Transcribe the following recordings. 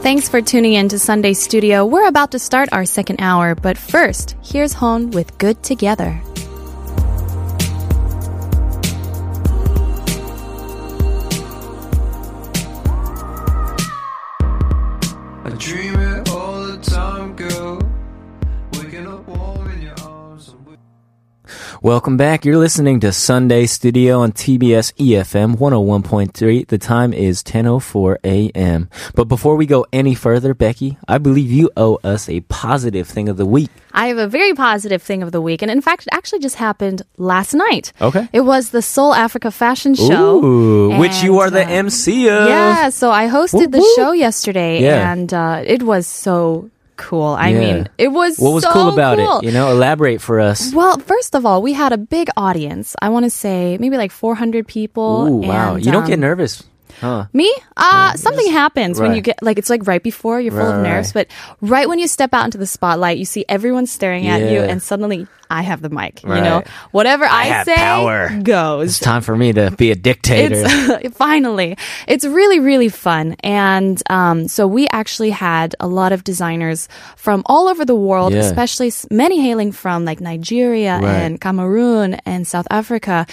Thanks for tuning in to Sunday Studio. We're about to start our second hour, but first, here's Hone with Good Together. I dream it all the time, girl. Waking up warm in your arms. and we- Welcome back. You're listening to Sunday Studio on TBS EFM 101.3. The time is 10:04 a.m. But before we go any further, Becky, I believe you owe us a positive thing of the week. I have a very positive thing of the week, and in fact, it actually just happened last night. Okay. It was the Seoul Africa Fashion Show. Ooh, which you are and, the uh, MC of. Yeah, so I hosted the Whoop, whoop. show yesterday, Yeah. and uh, it was so cool. I Yeah. mean, it was What was so cool about cool. it? You know, elaborate for us. Well, first of all, we had a big audience. I want to say maybe like 400 people. Ooh, wow. and, you don't um, get nervous, huh? Me? Uh, something happens when right. you get, like, it's like right before, you're full of Right, nerves, but right when you step out into the spotlight, you see everyone staring at you, Yeah. and suddenly I have the mic. You know, Right. whatever I, have say power. It's goes. time for me to be a dictator. It's finally, it's really, really fun. And um, so we actually had a lot of designers from all over the world, Yeah. especially s- many hailing from like Nigeria Right. and Cameroon and South Africa.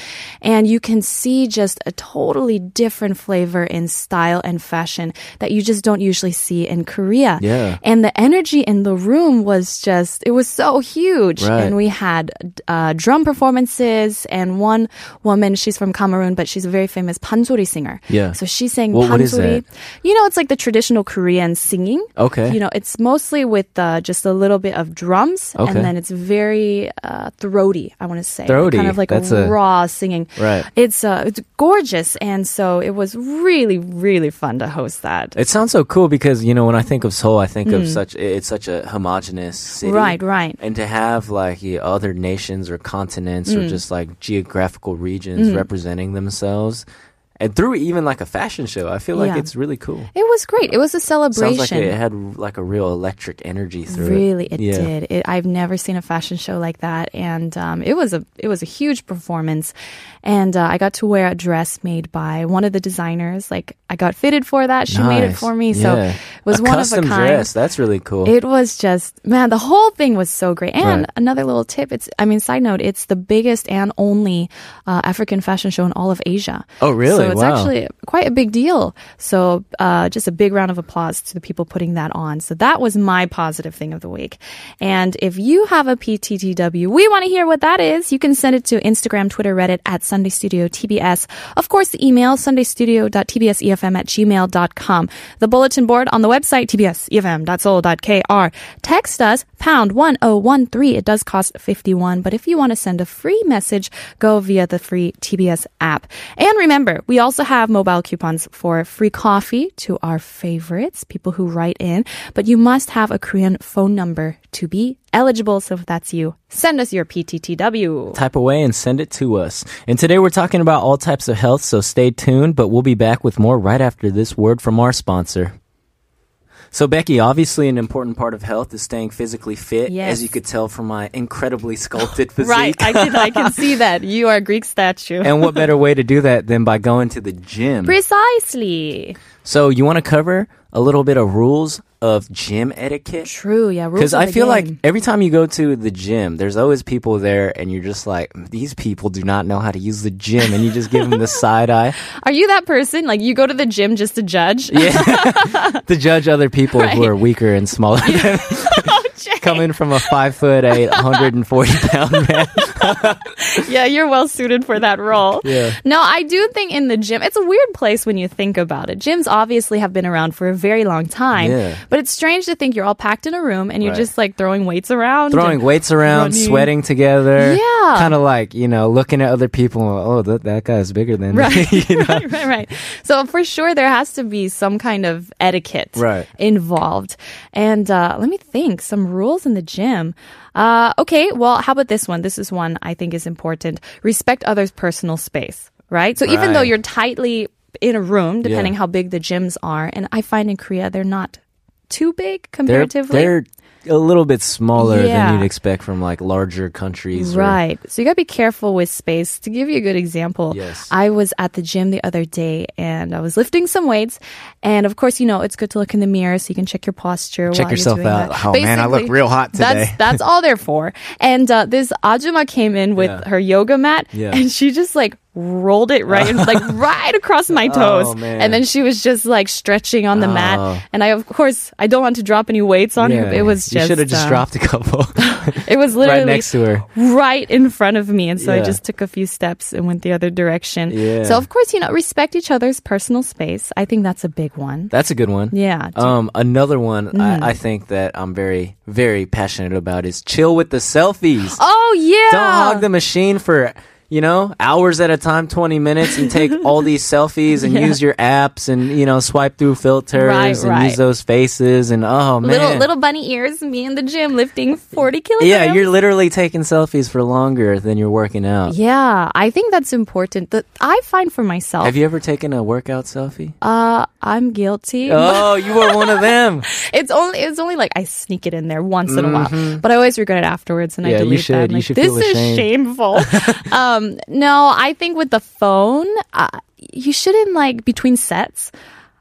And you can see just a totally different flavor in style and fashion that you just don't usually see in Korea. Yeah. And the energy in the room was just, it was so huge. Right. And we had uh, drum performances, and one woman, she's from Cameroon, but she's a very famous pansori singer. Yeah. So she sang What- what is pansori. that? You know, it's like the traditional Korean singing. Okay. You know, it's mostly with uh, just a little bit of drums, Okay. and then it's very uh, throaty. I want to say Throaty. kind of like That's a- raw singing. Right. It's uh, it's gorgeous, and so it was really, really fun to host that. it sounds so cool because you know when I think of Seoul, I think of such it's such a homogenous city, Hmm. Right, right. And to have like yeah, other nations or continents Hmm. or just like geographical regions representing themselves, and through even like a fashion show, I feel like Yeah. it's really cool. It was great. It was a celebration. Sounds like it had like a real electric energy through Really, it. it Yeah. did. It, I've never seen a fashion show like that, and um, it was a it was a huge performance. And uh, I got to wear a dress made by one of the designers. Like I got fitted for that. She made it Nice. for me, so Yeah. it was a one custom of a kind. dress. That's really cool. It was just man, the whole thing was so great. And Right. another little tip: it's I mean, side note, it's the biggest and only uh, African fashion show in all of Asia. Oh, really? So it's Wow. actually quite a big deal. So uh, just a big round of applause to the people putting that on. So that was my positive thing of the week. And if you have a PTTW, we want to hear what that is. You can send it to Instagram, Twitter, Reddit at Sunday Studio TBS. Of course, the email sundaystudio.tbsefm E at gmail.com. The bulletin board on the website tbsefm.soul.kr. Text us pound 1013. It does cost 51, but if you want to send a free message, go via the free TBS app. And remember, we also have mobile coupons for free coffee to our favorites, people who write in, but you must have a Korean phone number to be eligible. So if that's you, send us your PTTW. type away and send it to us. And today we're talking about all types of health, so stay tuned, but we'll be back with more right after this word from our sponsor. So, Becky, obviously, an important part of health is staying physically fit, Yes. as you could tell from my incredibly sculpted physique. Right, I can, I can see that. You are a Greek statue. and what better way to do that than by going to the gym? Precisely. So, you want to cover a little bit of rules of gym etiquette? True, yeah. rules Because of I the feel like game. every time you go to the gym, there's always people there, and you're just like, these people do not know how to use the gym, and you just give them the side eye Are you that person? Like, you go to the gym just to judge? yeah. to judge other people who Right. are weaker and smaller. than- Oh, Jay. coming from a five foot eight, 140 pound man. yeah, you're well suited for that role. Yeah. No, I do think in the gym, it's a weird place when you think about it. Gyms obviously have been around for a very long time, Yeah. but it's strange to think you're all packed in a room and you're Right. just like throwing weights around. Throwing and- weights around, Running. sweating together. Yeah. Kind of like, you know, looking at other people. Oh, that, that guy's bigger than Right, me. you know? right, right, right. So for sure, there has to be some kind of etiquette Right. involved. And uh, let me think. Some rules in the gym. Uh, okay, well, how about this one? This is one I think is important. Respect others' personal space. Right. So even though Right. you're tightly in a room, depending Yeah. how big the gyms are, and I find in Korea they're not too big They're, comparatively. they're a little bit smaller Yeah. than you'd expect from like larger countries. or- Right. So you got to be careful with space. To give you a good example, Yes. I was at the gym the other day and I was lifting some weights. And of course, you know, it's good to look in the mirror so you can check your posture. Check while yourself you're doing out. That. Oh, man, I look Basically, real hot today. That's, that's all they're for. And uh, this Ajuma came in with Yeah. her yoga mat Yeah. and she just like rolled it right, like right across my toes. Oh, man. And then she was just like stretching on the Oh. mat. And I, of course, I don't want to drop any weights on her. but It was you just. should have just uh, dropped a couple It was literally right next to her. right in front of me. And so I Yeah. just took a few steps and went the other direction. Yeah. So, of course, you know, respect each other's personal space. I think that's a big one. That's a good one. Yeah. Mm-hmm. Um, another one I, I think that I'm very, very passionate about is chill with the selfies. oh, yeah. Don't hog the machine for you know hours at a time, 20 minutes, and take all these selfies and use your apps and you know swipe through filters Right, and right. use those faces and oh man, Little, little bunny ears, me in the gym lifting 40 kilograms. yeah, you're literally taking selfies for longer than you're working out. Yeah, I think that's important. That I find for myself, Have you ever taken a workout selfie? uh, I'm guilty. oh, you were one of them. It's only it's only like I sneak it in there once in a while, but I always regret it afterwards, and Mm-hmm. Yeah, I you delete should. that. I'm You like, should this feel is ashamed." shameful. um, no, I think with the phone, uh, you shouldn't like between sets.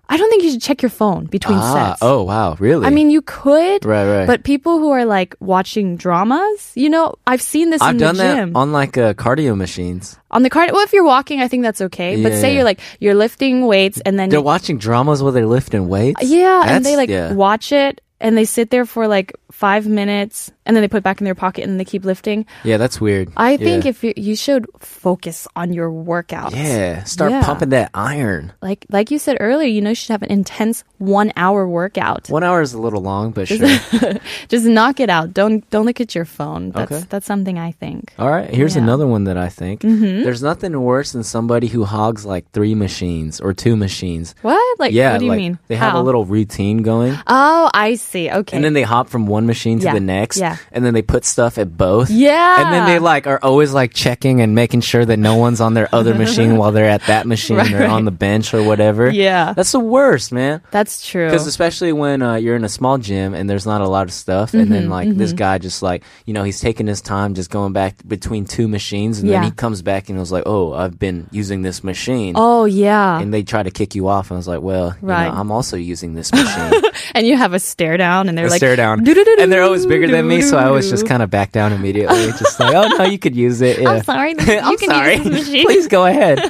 I don't think you should check your phone between ah, sets. oh wow, really? I mean, you could, Right, right. But people who are like watching dramas, you know, I've seen this I've in done the that gym on like uh, cardio machines. on the card. Well, if you're walking, I think that's okay. but Yeah, say yeah. you're like you're lifting weights and then They're watching dramas while they're lifting weights. Yeah, and they That's- like yeah. watch it and they sit there for like five minutes and then they put it back in their pocket and they keep lifting. yeah, that's weird. I think yeah. if you you should focus on your workouts. yeah, start Yeah. pumping that iron. Like like you said earlier, you know you should have an intense one hour workout. One hour is a little long, but sure. Just knock it out. Don't don't look at your phone. That's Okay. that's something I think. All right, here's Yeah. Mm-hmm. another one that I think. There's nothing worse than somebody who hogs like three machines or two machines. What? Like yeah, what do you like, mean? They have a How? little routine going, Oh, I see. Okay. and then they hop from one machine to Yeah, the next, yeah. and then they put stuff at both. Yeah. and then they like are always like checking and making sure that no one's on their other machine while they're at that machine Right, or on the bench or whatever. Yeah. that's the worst, man. that's true. Because especially when uh, you're in a small gym and there's not a lot of stuff, and Mm-hmm, then like this guy just like you know he's taking his time just going back between two machines, and then Yeah. he comes back and was like, "Oh, I've been using this machine," Oh yeah. and they try to kick you off, and I was like, "Well, you know, Right. I'm also using this machine." And you have a stare down and they're I like stare down, "Do-do-do-do, and they're always bigger than me, so I always just do-do-do." kind of back down immediately, just like, "Oh no, you could use it." Yeah. I'm sorry. this- You I'm can sorry. use this machine. Please go ahead.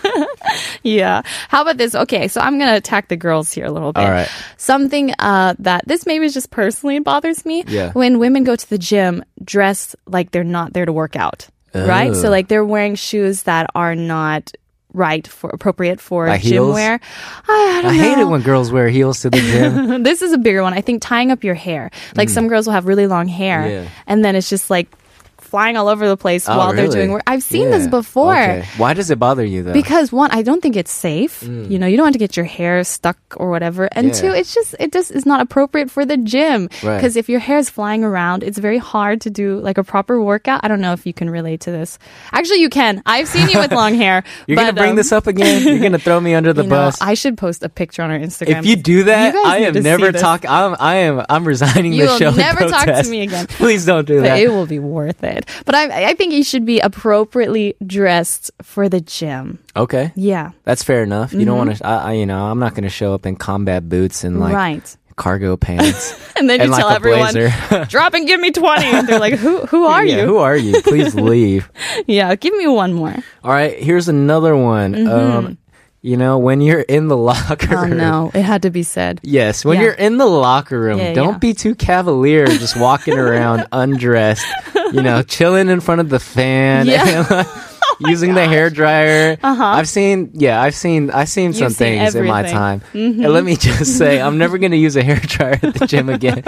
Yeah. How about this? Okay, so I'm gonna attack the girls here a little bit. All right. Something uh, that this maybe is just personally bothers me. Yeah. When women go to the gym dressed like they're not there to work out, right? So Oh. like they're wearing shoes that are not right for appropriate for Like gym heels? wear. I, I don't I hate it know. when girls wear heels to the gym. this is a bigger one. I think tying up your hair. Like some girls will have really long hair, Mm. Yeah. and then it's just like flying all over the place Oh, while they're really? doing work. I've seen this Yeah. before. Okay. Why does it bother you though? Because one, I don't think it's safe. You know, you don't want to get your hair stuck or whatever. And Mm. Yeah. two, it's just it just is not appropriate for the gym. Right. Because if your hair is flying around, it's very hard to do like a proper workout. I don't know if you can relate to this. Actually, you can. I've seen you with long hair. You're gonna but, bring um, this up again. You're gonna throw me under the you know, bus. I should post a picture on our Instagram. if you do that, You guys I need am to see never this. talk. I'm, I am. I'm resigning You this show. in will never talk to protest. me again. Please don't do But that. it will be worth it. But I, I think you should be appropriately dressed for the gym. okay, Yeah. that's fair enough. You don't want to. I, I, you know, I'm not gonna show up in combat boots and like Mm-hmm. right. cargo pants. And then and you like tell a everyone, blazer. drop and give me 20. And they're like, who, who are Yeah, you? Who are you? Please leave. Yeah, give me one more. All right, here's another one. Um, You know, when you're in the locker Mm-hmm. Oh room. no, it had to be said. Yes, when Yeah. you're in the locker room, Yeah, don't yeah. be too cavalier just walking around undressed, you know, chilling in front of the fan. Yeah. Oh, and, like, Using the hair dryer, uh-huh. I've seen. Yeah, I've seen. I've seen some You've seen things in my everything. Mm-hmm. time, and let me just say, I'm never going to use a hair dryer at the gym again,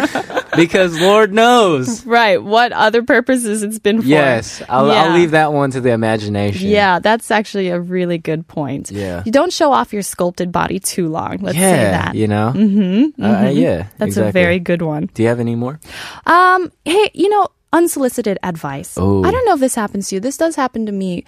because Lord knows. Right. What other purposes it's been for? Yes, I'll, I'll Yeah. leave that one to the imagination. Yeah, that's actually a really good point. Yeah. You don't show off your sculpted body too long. Let's yeah, say that. you know. Mm-hmm, Uh, yeah, That's a exactly. very good one. Do you have any more? Um, hey, you know, unsolicited advice. Oh. I don't know if this happens to you. This does happen to me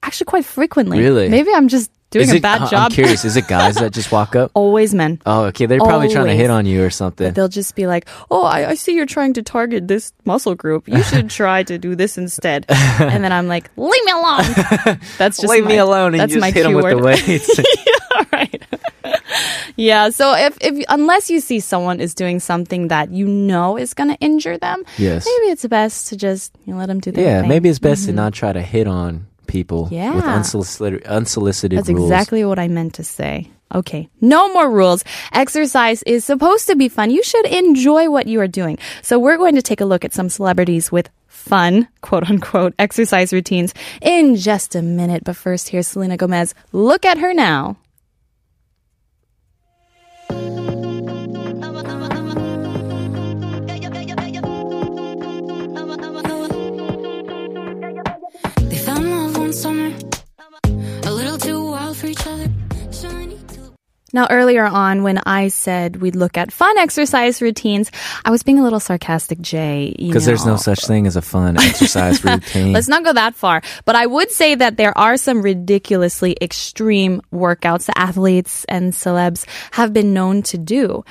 actually quite frequently. Really? Maybe I'm just Is doing a it- bad I- job. I'm curious. Is it guys that just walk up? Always men. Oh, okay. They're probably trying to hit Always. on you or something. They'll just be like, "Oh, I, I see you're trying to target this muscle group. You should try to do this instead." And then I'm like, "Leave me alone." That's just Leave me my- alone and that's you my just hit them cue with the word. weights. right. yeah. So if, if unless you see someone is doing something that you know is going to injure them, Yes. maybe it's best to just you know, let them do their yeah, thing. maybe it's best to not try to hit on people Yeah. with unsolicited, unsolicited That's rules. exactly what I meant to say. Okay, no more rules. Exercise is supposed to be fun. You should enjoy what you are doing. So we're going to take a look at some celebrities with fun, quote unquote, exercise routines in just a minute. But first, here's Selena Gomez. Look at her now. They fell in love one summer, a little too wild for each other. So I need to Now, earlier on, when I said we'd look at fun exercise routines, I was being a little sarcastic, Jay. you Because there's no know. such thing as a fun exercise routine. Let's not go that far. But I would say that there are some ridiculously extreme workouts that athletes and celebs have been known to do.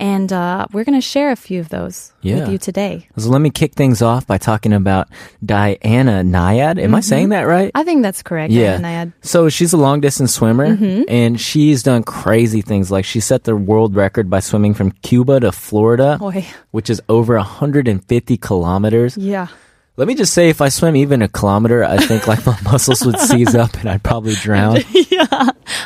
And uh, we're going to share a few of those Yeah. with you today. so let me kick things off by talking about Diana Nyad. Am Mm-hmm. I saying that right? I Mm-hmm. think that's correct. Yeah. Anand. So she's a long distance swimmer and she's done crazy things. Like she set the world record by swimming from Cuba to Florida, Oy. which is over 150 kilometers. Yeah. Let me just say, if I swim even a kilometer, I think like my muscles would seize up and I'd probably drown.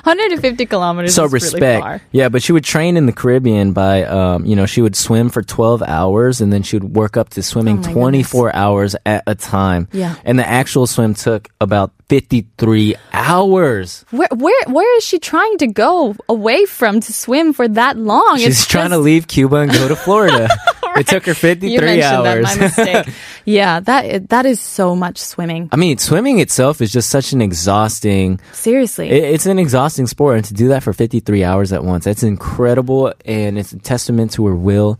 150 kilometers. so is really respect, far. yeah. But she would train in the Caribbean by, um, you know, she would swim for twelve hours and then she would work up to swimming Oh my twenty-four hours at a time. Yeah. and the actual swim took about fifty-three hours. Where, where, where is she trying to go away from to swim for that long? She's It's trying to just- leave Cuba and go to Florida. It took her You fifty-three mentioned hours. that. My mistake. yeah, that that is so much swimming. I mean, swimming itself is just such an exhausting. Seriously. It, it's an exhausting sport, and to do that for 53 hours at once, that's incredible, and it's a testament to her will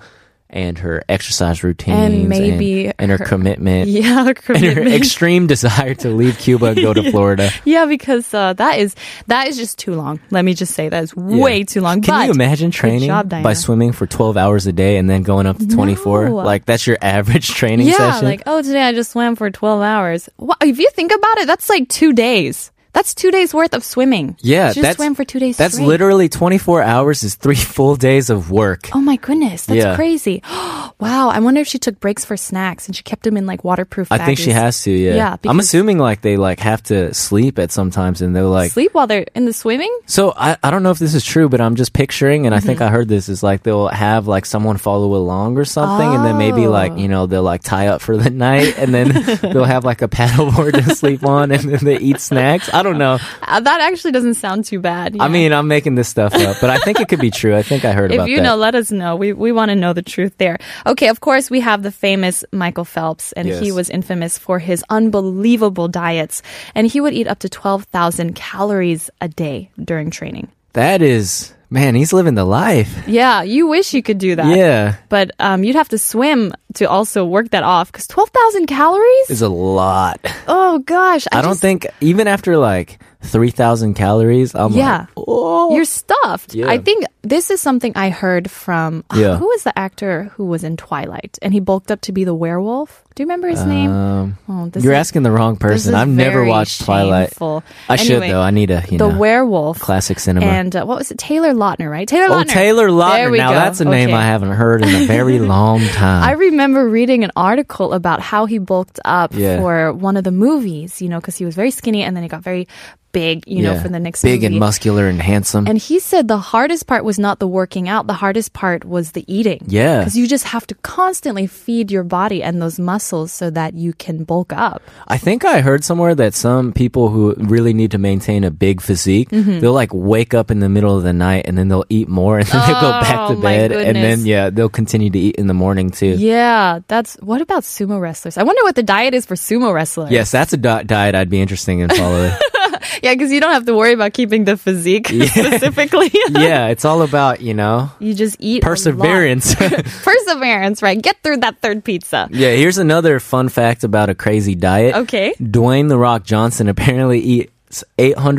and her exercise routines And maybe and, and her, her- commitment yeah, and her commitment. extreme desire to leave Cuba and go to Florida. Yeah, because uh, that is that is just too long. Let me just say that is Yeah. way too long. Can but you imagine training job, by Diana. swimming for 12 hours a day and then going up to 24? No. Like that's your average training Yeah, session. like oh, today I just swam for twelve hours. Wha if you think about it, that's like two days. That's two days worth of swimming. yeah, she just that's swam for two days. That's straight. literally 24 hours is 3 full days of work. Oh my goodness, that's Yeah. crazy! wow, I wonder if she took breaks for snacks and she kept them in like waterproof. I think she baggies. has to, yeah. Yeah, I'm because- assuming like they like have to sleep at sometimes and they're like sleep while they're in the swimming. So I, I don't know if this is true, but I'm just picturing, and I Mm-hmm. think I heard this is like they'll have like someone follow along or something, and then maybe Oh. like you know they'll like tie up for the night, and then they'll have like a paddleboard to sleep on, and then they eat snacks. I don't know. Uh, that actually doesn't sound too bad. I yeah. mean, I'm making this stuff up, but I think it could be true. I think I heard If about you that. know, let us know. We we want to know the truth there. Okay, of course we have the famous Michael Phelps, and Yes. he was infamous for his unbelievable diets, and he would eat up to twelve thousand calories a day during training. that is man, he's living the life. Yeah, you wish you could do that. Yeah, But um, you'd have to swim to also work that off because 12,000 calories? is a lot. oh gosh. I, I, don't just- think even after like three thousand calories, I'm Yeah. like, oh, You're stuffed. Yeah. I think this is something I heard from Yeah. who was the actor who was in Twilight and he bulked up to be the werewolf. Do you remember his name? Um, Oh, this you're is- asking the wrong this person. is I've never very watched Twilight. shameful. I Anyway, should though. I need a you the know werewolf classic cinema. and uh, what was it? Taylor Lautner, right? Taylor oh, Lautner. Taylor There Lautner. we Now go. that's a name Okay. I haven't heard in a very long I time. remember reading an article about how he bulked up Yeah. for one of the movies, you know, because he was very skinny and then he got very big, you know, for the next big movie. and muscular and handsome. And he said the hardest part was not the working out. The hardest part was the eating. Yeah. Because you just have to constantly feed your body and those muscles so that you can bulk up. I think I heard somewhere that some people who really need to maintain a big physique, Mm-hmm. they'll like wake up in the middle of the night and then they'll eat more and then they'll go back to Oh, my bed and then goodness. yeah, they'll continue to eat in the morning too. Yeah. That's what about sumo wrestlers? I wonder what the diet is for sumo wrestlers. Yes, that's a di- diet I'd be interesting in following. Yeah, because you don't have to worry about keeping the physique specifically. yeah, it's all about, you know, You just eat a lot. perseverance. Perseverance, right? Get through that third pizza. yeah, here's another fun fact about a crazy diet. Okay. Dwayne The Rock Johnson apparently eats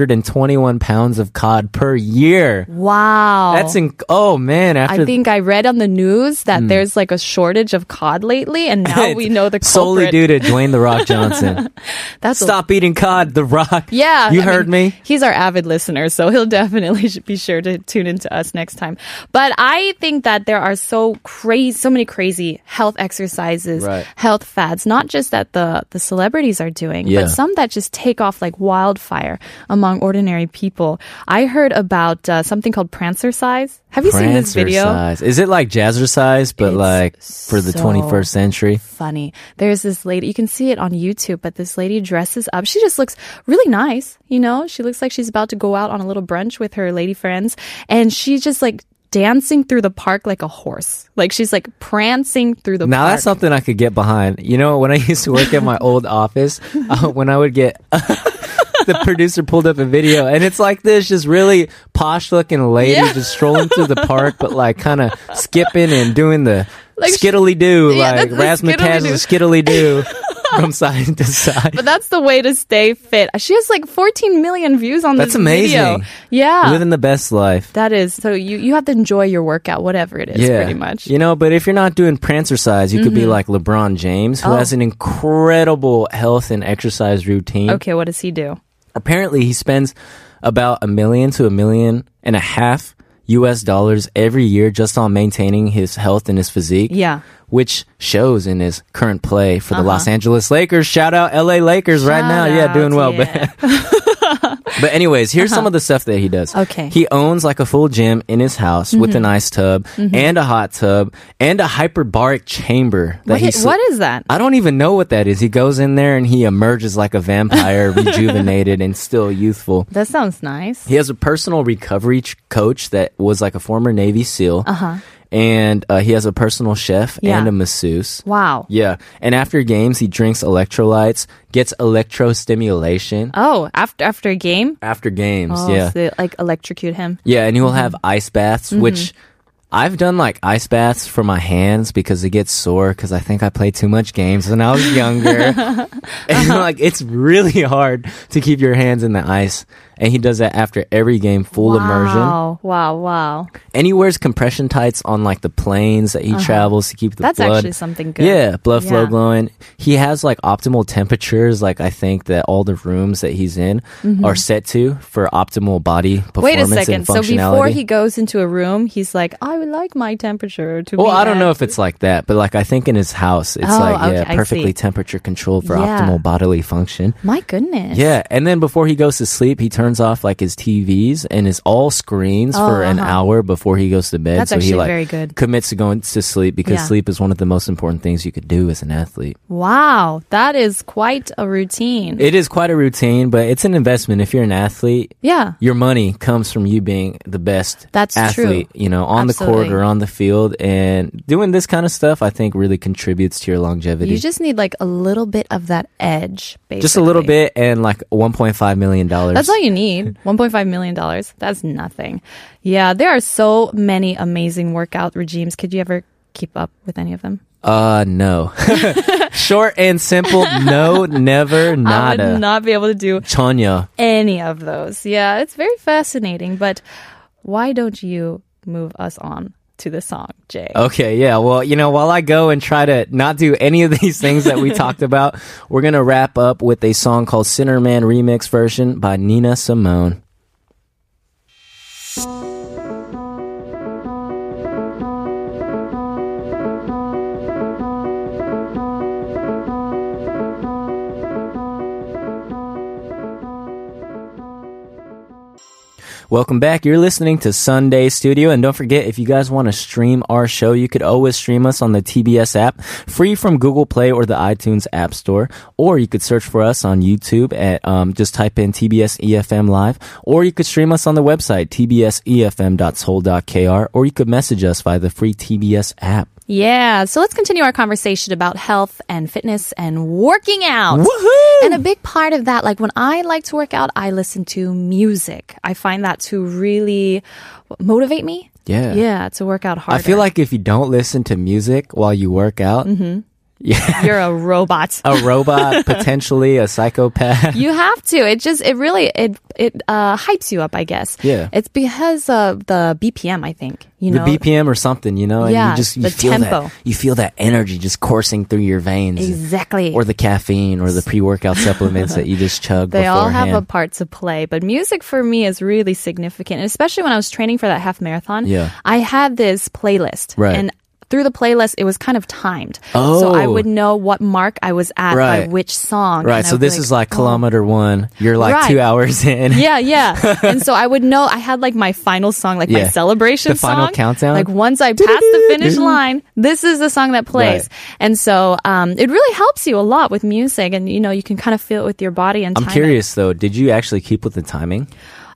821 pounds of cod per year. Wow. That's Hmm. in. Oh man! After I think I read on the news that there's like a shortage of cod lately, and now we know the culprit. solely due to Dwayne the Rock Johnson. That's a- Stop eating cod, the Rock. Yeah. you I heard mean, me. He's our avid listener, so he'll definitely should be sure to tune into us next time. But I think that there are so crazy, so many crazy health exercises, Right. health fads, not just that the, the celebrities are doing, Yeah. but some that just take off like wildfire among ordinary people. I heard about uh, something called prancer size. Have you seen this video? Size. Is it like jazzercise, but It's like for the so- 21st century? funny. There's this lady, you can see it on YouTube, but this lady dresses up. She just looks really nice, you know? She looks like she's about to go out on a little brunch with her lady friends, and she's just like dancing through the park like a horse. Like she's like prancing through the Now park. that's something I could get behind. You know, when I used to work at my old office, uh, when I would get. the producer pulled up a video and it's like this just really posh looking lady just strolling through the park but like kind of skipping and doing the Like she- skittily do Yeah, like that's the razzmatazz skittily do from side to side but that's the way to stay fit. She has like 14 million views on That's this video. amazing. Yeah. living the best life that is so you you have to enjoy your workout whatever it is pretty much. Mm-hmm. You know, but if you're not doing prancer size, you could be like LeBron James, who Oh. has an incredible health and exercise routine. Okay, what does he do? Apparently, he spends about a million to a million and a half U.S. dollars every year just on maintaining his health and his physique. Yeah. Uh-huh. Which shows in his current play for the Los Angeles Lakers. Shout out LA Lakers right now. yeah, Shout doing well. out, Uh-huh. But but anyways, here's some of the stuff that he does. Okay. Mm-hmm. He owns like a full gym in his house with an ice tub and a hot tub and a hyperbaric chamber that What he i- sl- what is that? I don't even know what that is. He goes in there and he emerges like a vampire, rejuvenated and still youthful. That sounds nice. He has a personal recovery ch- coach that was like a former Navy SEAL. Uh-huh. And uh, he has a personal chef Yeah. and a masseuse. Wow. Yeah. And after games, he drinks electrolytes, gets electrostimulation Oh, after after a game? after games. Oh, yeah. so, like electrocute him. Yeah, and you'll have Mm-hmm. ice baths, which I've done like ice baths for my hands because it gets sore because I think I played too much games when I was younger. and Uh-huh. like it's really hard to keep your hands in the ice. And he does that after every game, full immersion. Wow, wow, wow. And he wears compression tights on like the planes that he travels to keep the Uh-huh. That's blood. actually something good. Yeah, blood flow Yeah. glowing. He has like optimal temperatures. Like I think that all the rooms that he's in are set to for optimal body Mm-hmm. Wait a performance and second. So functionality. before he goes into a room, he's like, I would like my temperature to Well, be I don't at-" know if it's like that, but like I think in his house, it's Oh, like okay, I yeah, see. perfectly temperature controlled for Yeah. optimal bodily function. My goodness. Yeah, and then before he goes to sleep, he turns off like his TVs and his all screens for an hour before he goes to bed. Oh, uh-huh. That's so he actually like very good. commits to going to sleep because Yeah. sleep is one of the most important things you could do as an athlete. Wow. That is quite a routine. It is quite a routine, but it's an investment. If you're an athlete, yeah. your money comes from you being the best That's athlete, you true. know, on the court or Absolutely. on the field. And doing this kind of stuff, I think, really contributes to your longevity. You just need like a little bit of that edge, basically. Just a little bit and like $1.5 million. That's all you need. $1.5 million. That's nothing. Yeah, there are so many amazing workout regimes. Could you ever keep up with any of them? Uh, no. Short and simple. No, never, I nada. would not be able to do Chanya. any of those. Yeah, it's very fascinating. But why don't you move us on to the song, Jay? Okay, yeah. Well, you know, while I go and try to not do any of these things that we talked about, we're going to wrap up with a song called Sinner Man Remix version by Nina Simone. Welcome back. You're listening to Sunday Studio. And don't forget, if you guys want to stream our show, you could always stream us on the TBS app, free from Google Play or the iTunes App Store. Or you could search for us on YouTube at um, just type in TBS EFM E Live. Or you could stream us on the website, E tbsefm.soul.kr. Or you could message us via the free TBS app. Yeah, so let's continue our conversation about health and fitness and working out. Woohoo! And a big part of that, like when I like to work out, I listen to music. I find that to really motivate me. Yeah. Yeah, to work out harder. I feel like if you don't listen to music while you work out, Mm-hmm. you're a robot. a robot, potentially a psychopath. You have to. It just it really it it uh hypes you up, I guess. Yeah. It's because of the BPM, I think. You the know. BPM or something, you know, and Yeah, you just you the feel tempo. that you feel that energy just coursing through your veins, Exactly. or the caffeine, or the pre-workout supplements that you just chug. They all beforehand. have a part to play, but music for me is really significant, and especially when I was training for that half marathon. Yeah. I had this playlist, Right. and through the playlist, it was kind of timed, so I Oh. would know what mark I was at by Right. which song. right. and I So would be this is like "Oh." kilometer one. You're like Right. two hours in. Yeah, yeah. and so I would know I had like my final song, like my Yeah. celebration The final song. countdown? Like once I pass the finish line, this is the song that plays. And so um, it really helps you a lot with music, and you know you can kind of feel it with your body and. I'm time it. curious though. Did you actually keep with the timing?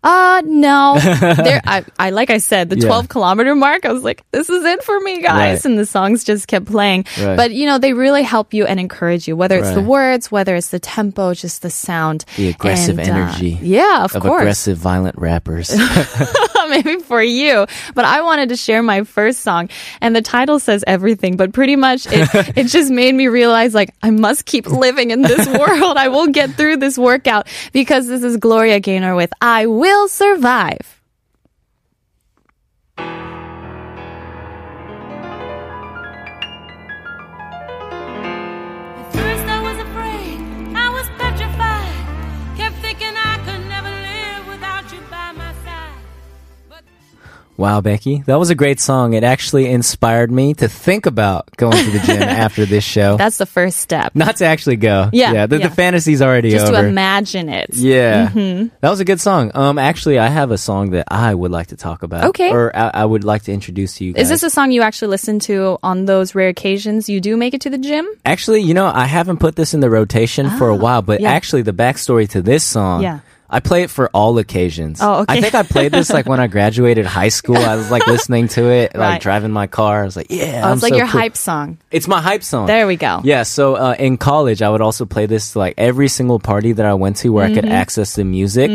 Uh, no. there, I, I, like I said, the Yeah. 12 kilometer mark, I was like, this is it for me, guys. Right. And the songs just kept playing. Right. But, you know, they really help you and encourage you, whether it's the Right. words, whether it's the tempo, just the sound. The aggressive And, uh, energy. yeah, of, of course. aggressive, violent rappers. Maybe for you. But I wanted to share my first song. And the title says everything, but pretty much it, it just made me realize, like, I must keep living in this world. I will get through this workout because this is Gloria Gaynor with I Will Survive. At first I was afraid, I was petrified. Kept thinking I could never live without you by my side. Wow, Becky, that was a great song. It actually inspired me to think about going to the gym after this show. That's the first step. Not to actually go. Yeah, yeah. The, yeah. the fantasy's already Just over. to imagine it. Yeah. Mm-hmm. That was a good song. Um, actually, I have a song that I would like to talk about. Okay. Or I, I would like to introduce to you guys. Is this a song you actually listen to on those rare occasions you do make it to the gym? Oh, actually, you know, I haven't put this in the rotation for a while, but yeah. actually, the backstory to this song. Yeah. I play it for all occasions. Oh, okay. I think I played this like when I graduated high school. I was like listening to it, Right. like driving my car. I was like, yeah. Oh, I'm it's like so your cool. hype song. It's my hype song. There we go. Yeah, so uh, in college, I would also play this to, like every single party that I went to where I could Mm-hmm. access the music.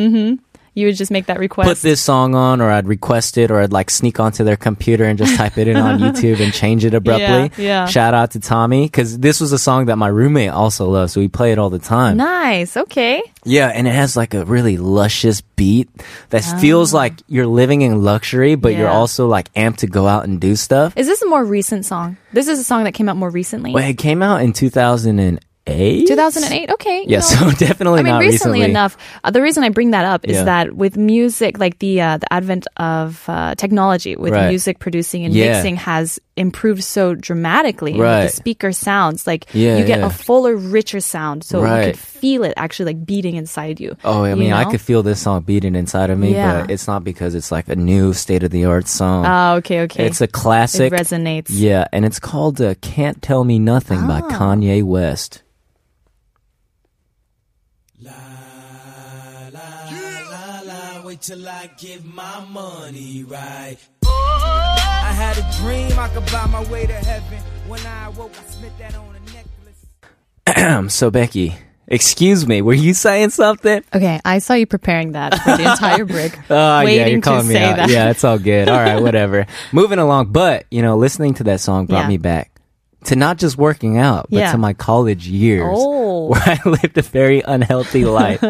You would just make that request. put this song on or I'd request it or I'd like sneak onto their computer and just type it in on YouTube and change it abruptly. Yeah, yeah. Shout out to Tommy cuz this was a song that my roommate also loves so we play it all the time. Nice. Okay. Yeah, and it has like a really luscious beat that feels like you're living in luxury but you're Ah. Yeah. also like amped to go out and do stuff. Is this a more recent song? This is a song that came out more recently. Well, it came out in 2008. 2008. Okay. you Yeah, so know. definitely I mean, not recently, enough. Uh, the reason I bring that up is Yeah. that with music, like the uh, the advent of uh, technology with Right. music producing and Yeah. mixing has improved so dramatically. And with Right. the speaker sounds like Yeah, you get yeah. a fuller, richer sound, so you Right. could feel it actually like beating inside you. Oh, I you mean, I know? could feel this song beating inside of me, Yeah. but it's not because it's like a new state of the art song. Oh, okay, okay. It's a it classic. resonates. Yeah, and it's called uh, Can't Tell Me Nothing by Ah. Kanye West. Wait till I give my money right. I had a dream I could buy my way to heaven. When I awoke, I spent that on a necklace. Um, so, Becky, excuse me, were you saying something? Okay, I saw you preparing that for the entire break, Oh, waiting yeah, you're calling to me say out. that. Yeah, it's all good. All right, whatever. Moving along, but, you know, listening to that song brought Yeah. me back to not just working out, but Yeah. to my college years. Oh. Where I lived a very unhealthy life. so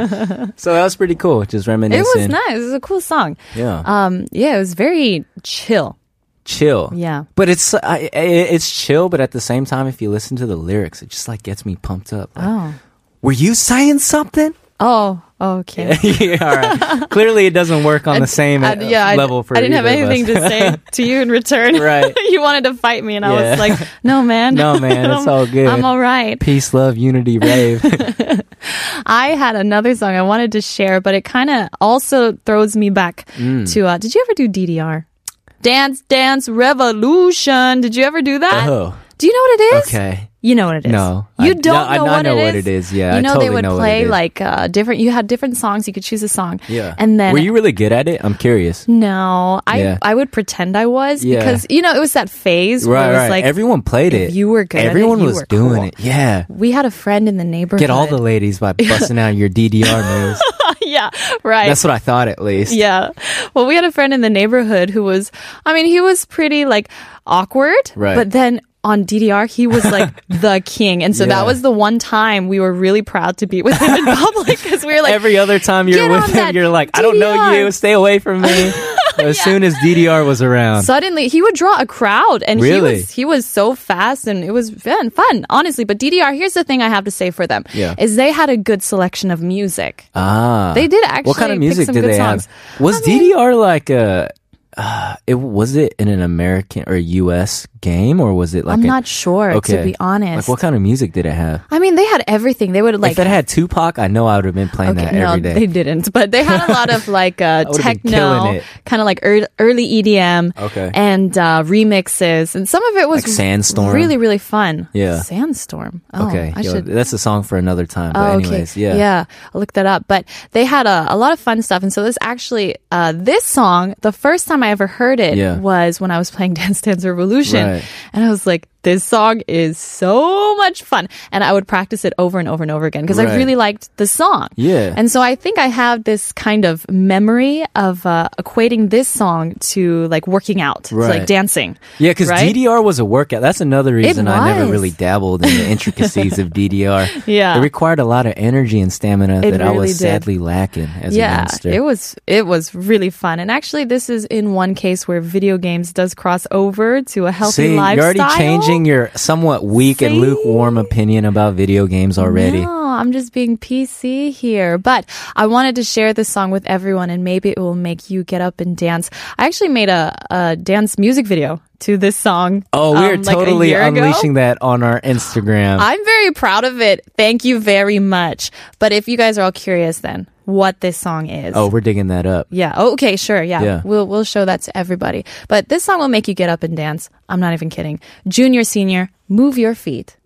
that was pretty cool, just It reminiscing. was nice. It was a cool song. Yeah. Um. Yeah. It was very chill. chill. Yeah. But it's I, I- it's chill, but at the same time, if you listen to the lyrics, it just like gets me pumped up. Like, Oh. Were you saying something? Oh. Okay. yeah, all right. Clearly, it doesn't work on the same I- uh, level I, for I didn't have either of anything us. to say to you in return. Right. you wanted to fight me, and I was Yeah. like, "No, man. No, man, it's I'm- all good." I'm all right." Peace, love, unity, rave. I had another song I wanted to share, but it kind of also throws me back Mm. to. Uh, did you ever do DDR? Dance Dance Revolution. Did you ever do that? Oh. Do you know what it is? Okay. You know what it is. No, I- You don't no, I- know, I what, know it is. what it is. Yeah, I You know totally they would know what it play is. like uh, different you had different songs, you could choose a song. Yeah. And then were you really good at it? I'm curious. No, I Yeah. I would pretend I was Yeah. because you know it was that phase where Right, it was right. like Everyone played if it. you were good at it, Everyone you was were doing it. cool. Yeah. we had a friend in the neighborhood. Get all the ladies by busting out your DDR moves. yeah, right. That's what I thought, at least. yeah. Well, we had a friend in the neighborhood who was, I mean, he was pretty like awkward, Right. but then on DDR, he was like the king. And so Yeah. that was the one time we were really proud to be with him in public because we were like, Every other time you're Get with on him, that you're like, I don't know DDR. you. Stay away from me. As soon as DDR was around. Suddenly, he would draw a crowd, and Really? he was he was so fast, and it was fun, fun, honestly. But DDR, here's the thing I have to say for them: Yeah. is they had a good selection of music. ah. They did actually. What kind of pick music some did they good songs. have? Was DDR like a. Uh, it was it in an American or U.S. game or was it like I'm a- not sure, okay. to be Like honest. what kind of music did it have? I mean, they had everything. They would like if it had Tupac, I know I would have been playing that no, every day. they didn't. But they had a lot of like uh, I would've been killing techno, it. kind of like ear- early EDM, Okay. and uh, remixes, and some of it was Like Sandstorm? really really fun. Yeah. Sandstorm. Oh, okay, I yo, should. that's a song for another time. But Oh, anyways, okay. yeah, yeah. I'll look that up. But they had a, a lot of fun stuff, and so this actually, uh, this song, the first time I ever heard it Yeah. was when I was playing Dance Dance Revolution, Right. and I was like, this song is so much fun, and I would practice it over and over and over again because Right. I really liked the song. Yeah. and so I think I have this kind of memory of uh, equating this song to like working out, to, Right. like dancing. yeah. Because right? DDR was a workout. That's another reason I never was. really dabbled in the intricacies of DDR. Yeah. it required a lot of energy and stamina It that I was really did. sadly lacking as a yeah, youngster. it was it was really fun, and actually, this is in one case where video games does cross over to a healthy See, lifestyle. you're already changing your somewhat weak and See? lukewarm opinion about video games already. No, Oh, I'm just being PC here, but I wanted to share this song with everyone, and maybe it will make you get up and dance. I actually made a, a dance music video to this song. Oh, we're um, like a totally year ago. unleashing that on our Instagram. I'm very proud of it. Thank you very much. But if you guys are all curious, then what this song is? oh, we're digging that up. Yeah. Oh, okay. Sure. Yeah. Yeah. We'll we'll show that to everybody. But this song will make you get up and dance. I'm not even kidding. Junior, senior, move your feet.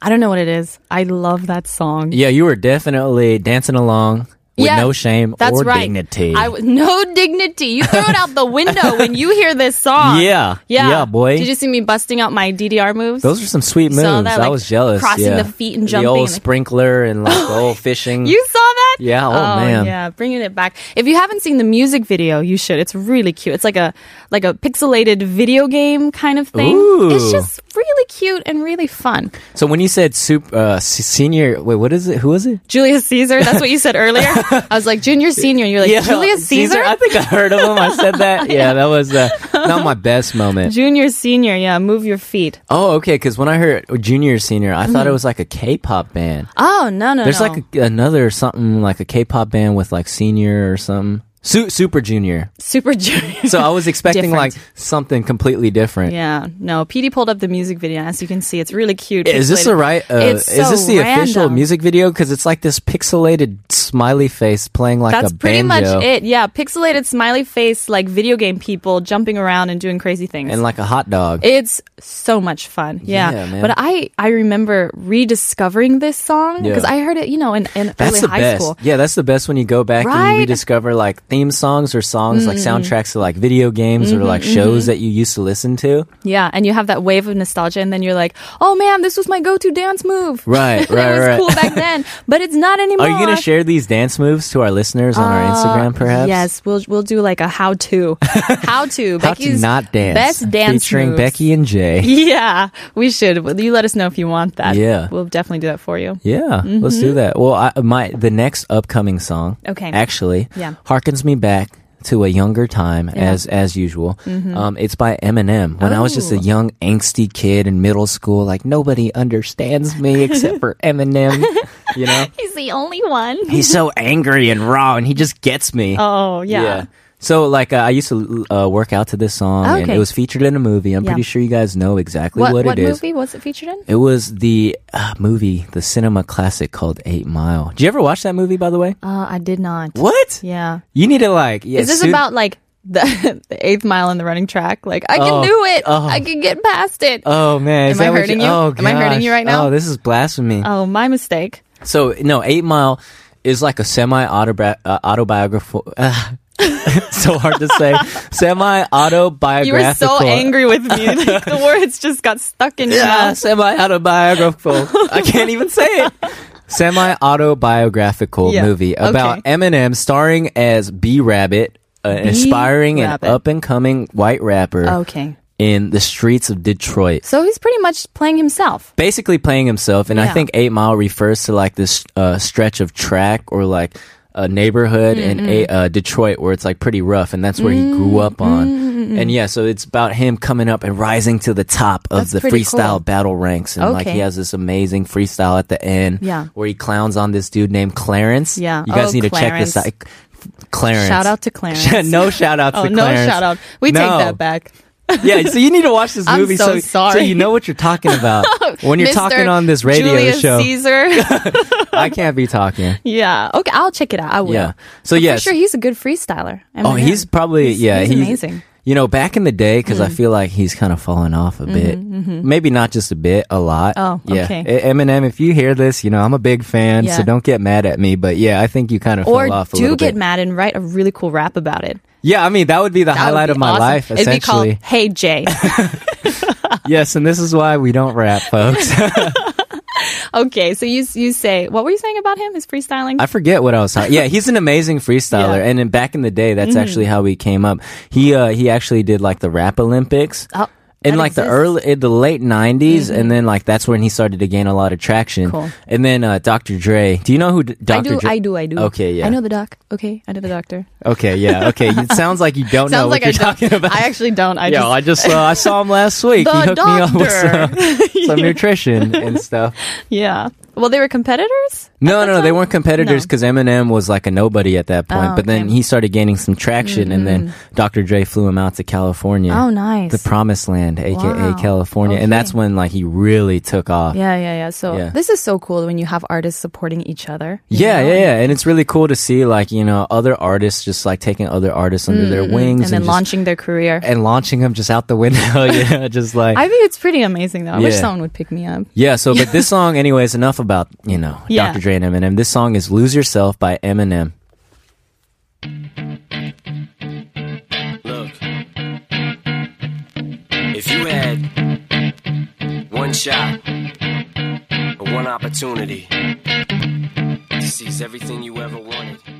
I don't know what it is. I love that song. Yeah, you were definitely dancing along with Yeah, no shame That's or right. dignity. I w- no dignity. You throw it out the window when you hear this song. Yeah. Yeah. Yeah, boy. Did you see me busting out my DDR moves? Those were some sweet moves. You saw that, I like, was jealous. crossing yeah. the feet and jumping The old and, like- sprinkler and like the old fishing. you saw that? Yeah, oh, man. Yeah, bringing it back. If you haven't seen the music video, you should. It's really cute. It's like a like a pixelated video game kind of thing. Ooh. It's just really cute and really fun. so when you said super, uh, s- senior, wait, what is it? Who is it? Julius Caesar, that's what you said earlier. I was like junior senior. You're like Julius Caesar. I think I heard of him. I said that. Yeah, that was uh, not my best moment. Junior senior. Yeah, move your feet. Oh, okay. Because when I heard oh, junior senior, I thought it Mm-hmm. was like a K-pop band. Oh no no. There's no. like a, another something like a K-pop band with like senior or something. Su- Super Junior. super junior. So I was expecting like Different. something completely different. Yeah, no. PD pulled up the music video, and as you can see, it's really cute. Is this pixelated. the right? Uh, It's is this so the official random. music video? Because it's like this pixelated smiley face playing like That's a pretty banjo much it. Yeah, pixelated smiley face like video game people jumping around and doing crazy things. and like a hot dog. it's so much fun. Yeah. Yeah, man. But I I remember rediscovering this song Yeah. because I heard it, you know, in, in that's early the high best. school. Yeah, that's the best when you go back and you Right? Mm-hmm. rediscover like theme songs or songs like soundtracks to like video games or like shows that you used to listen to. Yeah, and you have that wave of nostalgia and then you're like, "Oh man, this was my go-to dance move." Right, it was right, right. cool back then, but it's not anymore. Are you gonna share these dance moves to our listeners on our Instagram, perhaps? Uh, Yes, we'll we'll do like a how to, how to, How to not dance? best dance featuring moves. Becky and Jay. Yeah, we should. Well, You let us know if you want that. Yeah. We'll definitely do that for you. Yeah, let's do that. Well, I, my the next upcoming song, Mm-hmm. Okay. actually, Yeah. harkens me back to a younger time as as usual. Mm-hmm. Um, it's by Eminem. When I was Oh. just a young angsty kid in middle school, like nobody understands me except for Eminem. You know, He's the only one. he's so angry and raw, and he just gets me. Oh, yeah. So like uh, I used to uh, work out to this song, and Okay. it was featured in a movie. I'm Yeah. pretty sure you guys know exactly What, what, what, it is. movie was it featured in? It was the uh, movie, the cinema classic called Eight Mile. Did you ever watch that movie, by the way? Uh, I did not. What? Yeah. You need to like. Yeah, Is this soon- about like the, the eighth mile in the running track? Like I can Oh, do it. oh. I can get past it. Oh man, is that Am I what hurting you? Oh, Am I hurting you gosh. right now? Oh, this is blasphemy. oh, my mistake. So no, Eight Mile is like a semi uh, autobiographical. Uh, so hard to say. Semi You were autobiographical. so angry with me. Like, the words just got stuck in your Yeah, mouth. semi autobiographical. Ah, I can't even say it. Semi autobiographical Yeah, movie about okay. Eminem starring as B Rabbit, an aspiring and Rabbit. up and coming white rapper Okay. in the streets of Detroit. So he's pretty much playing himself. basically playing himself and i Yeah. think eight mile refers to like this uh, stretch of track or like a neighborhood in Mm-hmm. a, uh, detroit where it's like pretty rough and that's where he grew up on Mm-hmm. and yeah so it's about him coming up and rising to the top of That's the pretty freestyle cool. battle ranks and like Okay. he has this amazing freestyle at the end Yeah. where he clowns on this dude named clarence Yeah. you guys Oh, need to check this out Clarence. clarence Shout out to Clarence. no shout out Oh, to no clarence shout out. We No. take that back. yeah, so you need to watch this I'm movie so so sorry. you know what you're talking about when you're Mr. talking on this radio Julius show. Caesar. I can't be talking. yeah. Okay. I'll check it out. I will. Yeah. So I'm yes. sure he's a good freestyler. oh, Eminem. he's probably yeah. he's amazing. Mm-hmm. You know, back in the day, because I feel like he's kind of fallen off a bit. Maybe not just a bit, a lot. Oh, yeah. okay. E- Eminem, if you hear this, you know I'm a big fan, so Yeah. don't get mad at me. But yeah, I think you kind of or fell off a do little get bit. mad and write a really cool rap about it. yeah, I mean that would be the That would highlight of be my awesome. life. It'd be called Essentially, Hey Jay. yes, and this is why we don't rap, folks. okay, so you you say what were you saying about him? His freestyling. I forget what I was talking. Yeah, he's an amazing freestyler, Yeah. Mm-hmm. and then back in the day, that's actually how he came up. He uh, he actually did like the rap Olympics. Oh, in that like the exists. Mm-hmm. early, in the late '90s, and then like that's when he started to gain a lot of traction. Cool. And then uh, Dr. Dre. Do you know who D- I Dr. do, Dre? I do, I do. Okay, yeah. I know the doc. Okay, I know the doctor. Okay, yeah. Okay, it sounds like you don't know Sounds what like you're I don't- talking about. I actually don't. I Yo, I just uh, I saw him last week. The he hooked me up with doctor. some, some nutrition and stuff. just yeah. Well, they were competitors. No, no, no. They time? weren't competitors No. because Eminem was like a nobody at that point. Oh, But then okay. Mm. he started gaining some traction, and then Dr. Dre flew him out to California. Oh, nice. The promised land, aka Wow. California. And that's when like he really took off. Yeah, yeah, yeah. So Yeah. this is so cool when you have artists supporting each other. you Yeah, know? yeah, yeah. And it's really cool to see like, you know, other artists just like taking other artists under their Mm-hmm. And wings then just- launching their career. and launching them just out the window. yeah, just like I think it's pretty amazing though. I wish Yeah. someone would pick me up. Yeah, so but this song anyways, enough about, you know, Yeah. Dr. Dre and Eminem. This song is Lose Yourself by Eminem. Look, if you had one shot or one opportunity to seize everything you ever wanted.